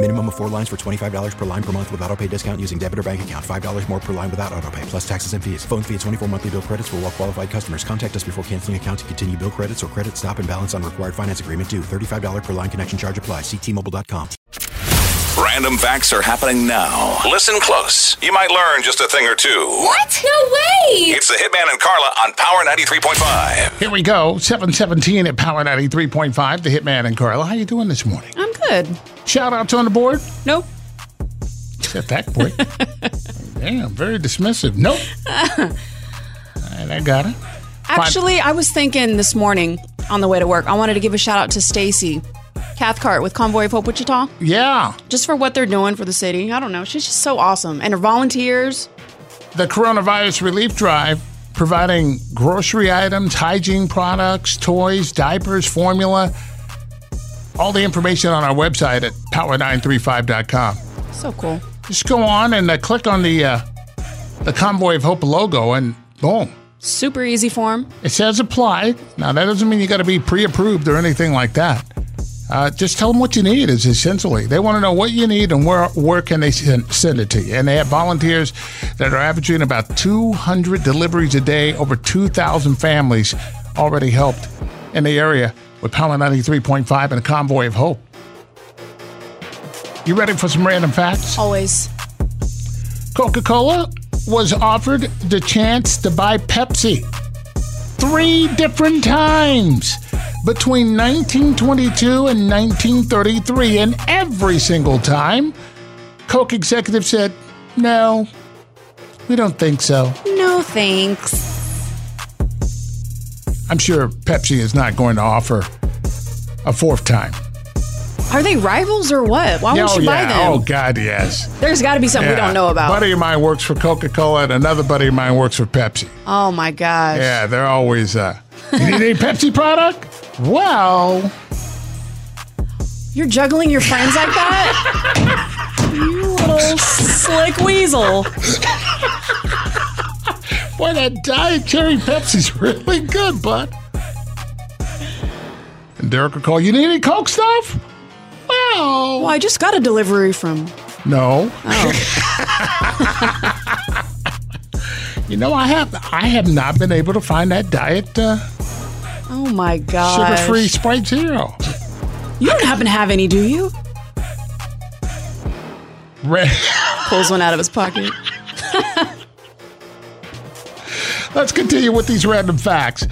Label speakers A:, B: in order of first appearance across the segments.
A: Minimum of four lines for $25 per line per month with auto pay discount using debit or bank account. $5 more per line without auto pay, plus taxes and fees. Phone fee at 24 monthly bill credits for all well qualified customers. Contact us before canceling account to continue bill credits or credit stop and balance on required finance agreement due. $35 per line connection charge apply. Ctmobile.com.
B: Random facts are happening now. Listen close. You might learn just a thing or two.
C: What? No way!
B: It's the Hitman and Carla on Power 93.5.
D: Here we go. 717 at Power 93.5. The Hitman and Carla. How you doing this morning?
C: I'm good.
D: Shout outs on the board?
C: Nope.
D: Except that quick. Damn, very dismissive. Nope. All right, I got it.
C: Actually, I was thinking this morning on the way to work, I wanted to give a shout out to Stacy Cathcart with Convoy of Hope Wichita,
D: Yeah.
C: just for what they're doing for the city. I don't know. She's just so awesome. And her volunteers.
D: The coronavirus relief drive providing grocery items, hygiene products, toys, diapers, formula. All the information on our website at power935.com.
C: So cool.
D: Just go on and uh, click on the uh, the Convoy of Hope logo, and boom,
C: Super easy form.
D: It says apply. Now, that doesn't mean you got to be pre approved or anything like that. Uh, just tell them what you need, is essentially. They want to know what you need and where, where can they send, send it to you. And they have volunteers that are averaging about 200 deliveries a day, over 2,000 families already helped in the area with Power 93.5 and a convoy of hope. You ready for some random facts?
C: Always.
D: Coca Cola was offered the chance to buy Pepsi three different times between 1922 and 1933. And every single time, Coke executive said, No, we don't think so.
C: No thanks.
D: I'm sure Pepsi is not going to offer a fourth time.
C: Are they rivals or what? Why won't
D: oh,
C: you
D: yeah.
C: buy them?
D: Oh, God, yes.
C: There's got to be something we
D: Yeah.
C: don't know about.
D: buddy of mine works for Coca Cola, and another buddy of mine works for Pepsi.
C: Oh my gosh.
D: Yeah, they're always. Uh, you need any Pepsi product? Well,
C: You're juggling your friends like that? you little slick weasel.
D: boy, that Diet Cherry Pepsi's really good, bud. And Derek will call. You need any Coke stuff? Well,
C: Well, Oh, I just got a delivery from.
D: no.
C: Oh,
D: You know, I have I have not been able to find that Diet uh,
C: oh my
D: Sugar
C: gosh.
D: Free Sprite Zero.
C: You don't happen to have any, do you?
D: Ra-
C: Pulls one out of his pocket.
D: Let's continue with these random facts.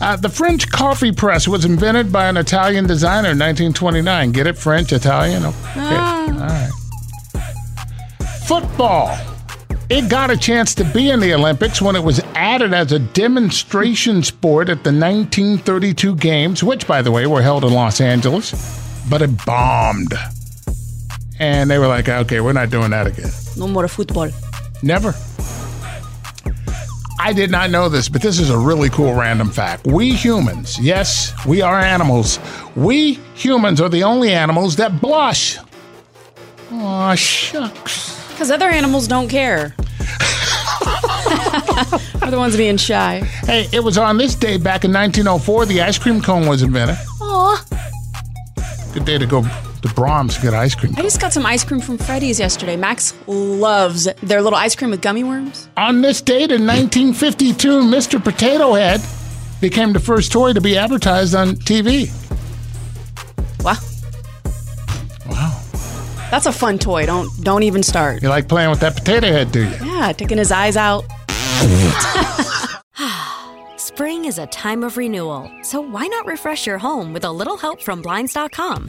D: Uh, the French coffee press was invented by an Italian designer in 1929. Get it? French, Italian? Okay. All right. Football. It got a chance to be in the Olympics when it was added as a demonstration sport at the 1932 Games, which, by the way, were held in Los Angeles, but it bombed. And they were like, okay, we're not doing that again.
C: No more football.
D: Never. I did not know this, but this is a really cool random fact. We humans, yes, we are animals. We humans are the only animals that blush. Aw, shucks.
C: Because other animals don't care. Are the ones being shy.
D: Hey, it was on this day back in 1904 the ice cream cone was invented.
C: Aw.
D: Good day to go to Brahms to get ice cream.
C: I just got some ice cream from Freddy's yesterday. Max loves their little ice cream with gummy worms.
D: On this date in 1952, Mr. Potato Head became the first toy to be advertised on TV.
C: Wow.
D: Wow.
C: That's a fun toy. Don't don't even start.
D: You like playing with that potato head, do you?
C: Yeah, taking his eyes out.
E: Spring is a time of renewal, so why not refresh your home with a little help from Blinds.com?